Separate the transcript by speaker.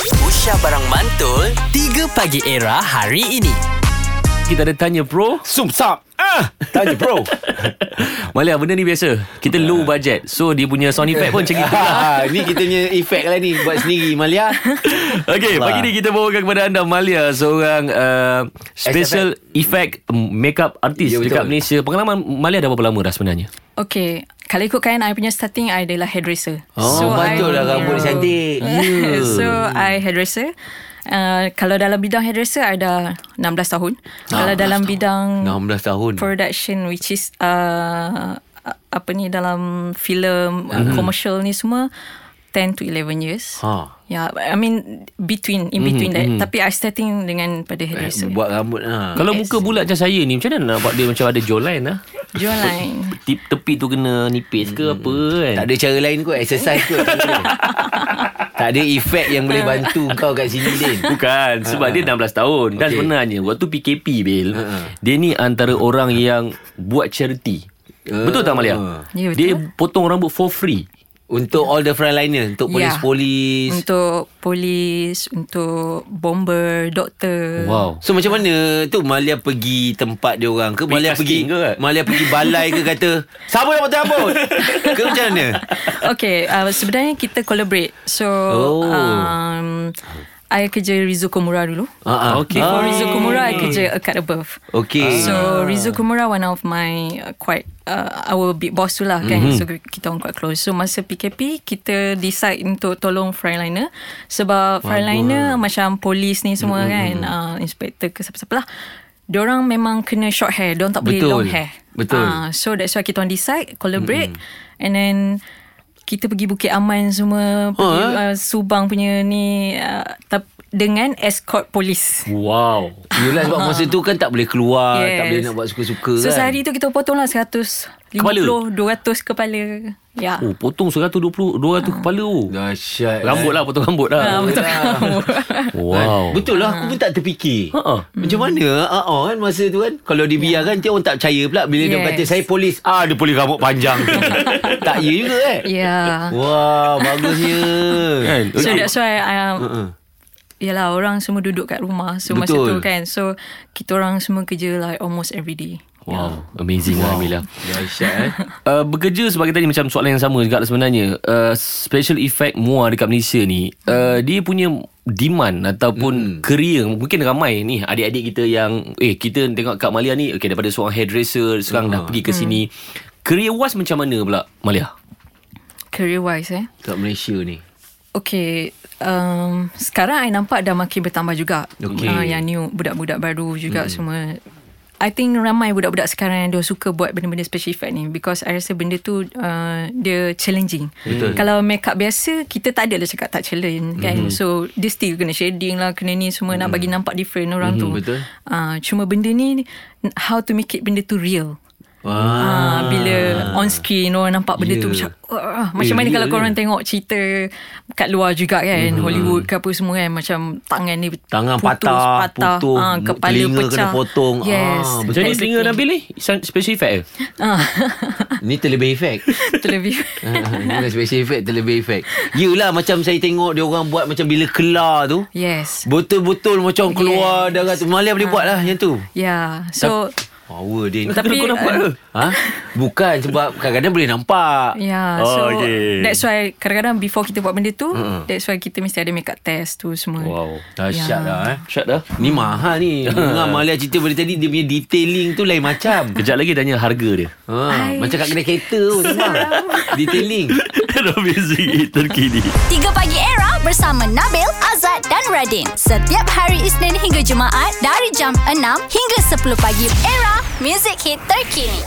Speaker 1: Aisyah Barang Mantul 3 Pagi Era hari ini Kita ada tanya pro
Speaker 2: Sum sap Ah Tanya bro
Speaker 1: Malia benda ni biasa Kita low budget So dia punya sound effect pun macam gitu lah.
Speaker 2: Ah, Ni kita punya efek lah ni Buat sendiri Malia
Speaker 1: Okay
Speaker 2: Allah.
Speaker 1: pagi ni kita bawakan kepada anda Malia Seorang uh, Special effect Makeup artist
Speaker 2: Ya, betul.
Speaker 1: Dekat Malaysia Pengalaman Malia dah berapa lama dah sebenarnya
Speaker 3: Okay Kalau ikutkan I punya starting I adalah hairdresser
Speaker 2: Oh, patutlah rambut dia cantik. Ya.
Speaker 3: yeah. So I hairdresser uh, Kalau dalam bidang hairdresser I dah 16 tahun Kalau dalam bidang
Speaker 2: 16 tahun
Speaker 3: Production Which is uh, a- Apa ni Dalam filem uh, Commercial ni semua 10 to 11 years
Speaker 2: Mm-hmm. Ha.
Speaker 3: Yeah, I mean between in between mm-hmm. that. Tapi I starting dengan pada hairdresser.
Speaker 2: Buat rambut ha.
Speaker 1: Kalau muka bulat macam saya ni Macam mana nak buat dia macam ada jawline lah
Speaker 3: Jual lain.
Speaker 1: Tip tepi tu kena nipis ke apa kan
Speaker 2: Tak ada cara lain kot Exercise kot Tak ada. Tak ada efek yang boleh bantu kau kat sini Din
Speaker 1: Bukan Sebab dia 16 tahun Dan
Speaker 2: Ah. Okey. Ah.
Speaker 1: sebenarnya Waktu PKP Bil
Speaker 2: Ha-ha.
Speaker 1: Dia ni antara orang yang Buat charity
Speaker 2: Ah.
Speaker 1: Betul tak Malia?
Speaker 3: Ya, betul.
Speaker 1: Dia potong rambut for free
Speaker 2: Untuk all the frontliner Untuk
Speaker 3: Ya.
Speaker 2: polis-polis
Speaker 3: Untuk polis, untuk bomber, doktor.
Speaker 1: Wow
Speaker 2: Oh. So macam mana tu Malia pergi tempat dia orang ke Malia pergi
Speaker 1: casting ke, kan?
Speaker 2: Malia pergi balai ke kata Sabar nak potong rambut Ke macam mana
Speaker 3: Okay, uh, sebenarnya kita collaborate. So,
Speaker 2: Oh.
Speaker 3: um, I kerja Rizu Komura dulu.
Speaker 2: Ha, ha.
Speaker 1: Okay.
Speaker 3: Before
Speaker 1: Ah.
Speaker 3: Rizu Komura, I kerja A Cut Above.
Speaker 2: Okay
Speaker 3: So Rizu Kumura one of my uh, quite uh, our big boss tu lah kan. Mm-hmm. So kita orang quite close. So masa PKP kita decide untuk tolong frontliner sebab frontliner macam polis ni semua mm-hmm. kan uh, inspector ke siapa-siapa lah. Diorang memang kena short hair. Diorang tak boleh
Speaker 2: Betul.
Speaker 3: long hair.
Speaker 2: Betul.
Speaker 3: Ah, so that's why kita orang decide collaborate mm-hmm. and then kita pergi Bukit Aman semua pergi
Speaker 2: eh?
Speaker 3: uh, Subang punya ni uh, tap- dengan escort polis.
Speaker 1: Wow
Speaker 2: Yelah sebab masa tu kan tak boleh keluar yes. Tak boleh nak buat suka-suka
Speaker 3: So
Speaker 2: kan
Speaker 3: sehari tu kita potong lah 150
Speaker 1: Kepala?
Speaker 3: kepala. 200 kepala Ya
Speaker 1: Oh potong 120 200 kepala oh.
Speaker 2: Dahsyat eh.
Speaker 1: Rambut lah potong rambut
Speaker 3: Ah,
Speaker 1: lah
Speaker 2: Oh.
Speaker 3: Betul
Speaker 1: Wow Ha,
Speaker 2: Betul lah
Speaker 3: Ah.
Speaker 2: aku pun tak terfikir
Speaker 1: Ha-ha.
Speaker 2: Macam mana ah, ah, kan masa tu kan Kalau dibiarkan Dia orang tak percaya pula Bila yes. dia
Speaker 3: Yes.
Speaker 2: kata Saya polis Ah dia polis rambut panjang Tak ya juga eh
Speaker 3: Ya
Speaker 2: Wah bagusnya
Speaker 1: Kan?
Speaker 3: So that's why um,
Speaker 2: Oh. Uh-uh.
Speaker 3: Yelah orang semua duduk kat rumah So masa
Speaker 2: Betul.
Speaker 3: tu kan So kita orang semua kerja like almost every day
Speaker 1: Wow Amazing wow. lah Mila
Speaker 2: Dahsyat eh
Speaker 1: Uh, bekerja sebagai tadi macam soalan yang sama juga lah sebenarnya uh, special effect MUA dekat Malaysia ni uh, dia punya demand ataupun mm. career mungkin ramai ni adik-adik kita yang eh kita tengok Kak Malia ni okay, daripada seorang hairdresser sekarang dah pergi ke sini career wise macam mana pula Malia
Speaker 3: Career wise eh
Speaker 2: Kat Malaysia ni
Speaker 3: Okay um, Sekarang I nampak dah makin bertambah juga
Speaker 2: Okay.
Speaker 3: Ah, Yang new Budak-budak baru juga hmm. semua I think ramai budak-budak sekarang yang dia suka buat benda-benda special effect ni because I rasa benda tu uh, dia challenging. Betul. Kalau makeup biasa kita tak adalah cakap tak challenge kan. So dia still kena shading lah kena ni semua nak bagi nampak different orang tu.
Speaker 2: betul.
Speaker 3: Uh, cuma benda ni how to make it benda tu real.
Speaker 2: Wah
Speaker 3: Ah, bila on screen orang nampak benda yeah. tu
Speaker 2: Yeah.
Speaker 3: macam uh, macam mana
Speaker 2: real
Speaker 3: kalau
Speaker 2: je.
Speaker 3: korang tengok cerita kat luar juga kan Hollywood ke apa semua kan macam tangan ni
Speaker 2: Mhm. Tangan
Speaker 3: putus,
Speaker 2: patah,
Speaker 3: patah
Speaker 2: putus,
Speaker 3: ah, kepala
Speaker 2: telinga
Speaker 3: pecah
Speaker 2: kena potong.
Speaker 3: yes
Speaker 2: Ah, betul.
Speaker 1: jadi telinga Nabil ni san- special effect ke?
Speaker 3: ah,
Speaker 2: Ni terlebih efek
Speaker 3: terlebih
Speaker 2: Ini bukan special effect Terlebih effect Yelah macam saya tengok Dia orang buat macam bila kelar tu
Speaker 3: yes
Speaker 2: Betul-betul macam keluar yes.
Speaker 3: Yes.
Speaker 2: darah tu Malia boleh buat lah yang tu
Speaker 3: yeah Ya. so
Speaker 2: Power dia ni.
Speaker 3: Tapi,
Speaker 1: kau nampak
Speaker 3: uh,
Speaker 1: ke
Speaker 2: Ha? Bukan sebab kadang-kadang boleh nampak
Speaker 1: Oh,
Speaker 3: Yeah, Ya, so
Speaker 1: okay.
Speaker 3: that's why kadang-kadang before kita buat benda tu, that's why kita mesti ada makeup test tu semua.
Speaker 1: wow
Speaker 2: Dahsyat
Speaker 3: Yeah.
Speaker 2: lah eh
Speaker 1: Syat dah
Speaker 2: Ni mahal ni Dengar Malia cerita dari tadi Dia punya detailing tu lain macam
Speaker 1: kejap lagi tanya harga dia
Speaker 2: ha,
Speaker 3: Aish.
Speaker 2: Macam kat kedai kereta pun memang Detailing
Speaker 1: Robinson terkini
Speaker 4: 3 Pagi Era bersama Nabil, Azad dan Radin. Setiap hari Isnin hingga Jumaat dari jam 6 hingga 10 pagi. Era, music hit terkini.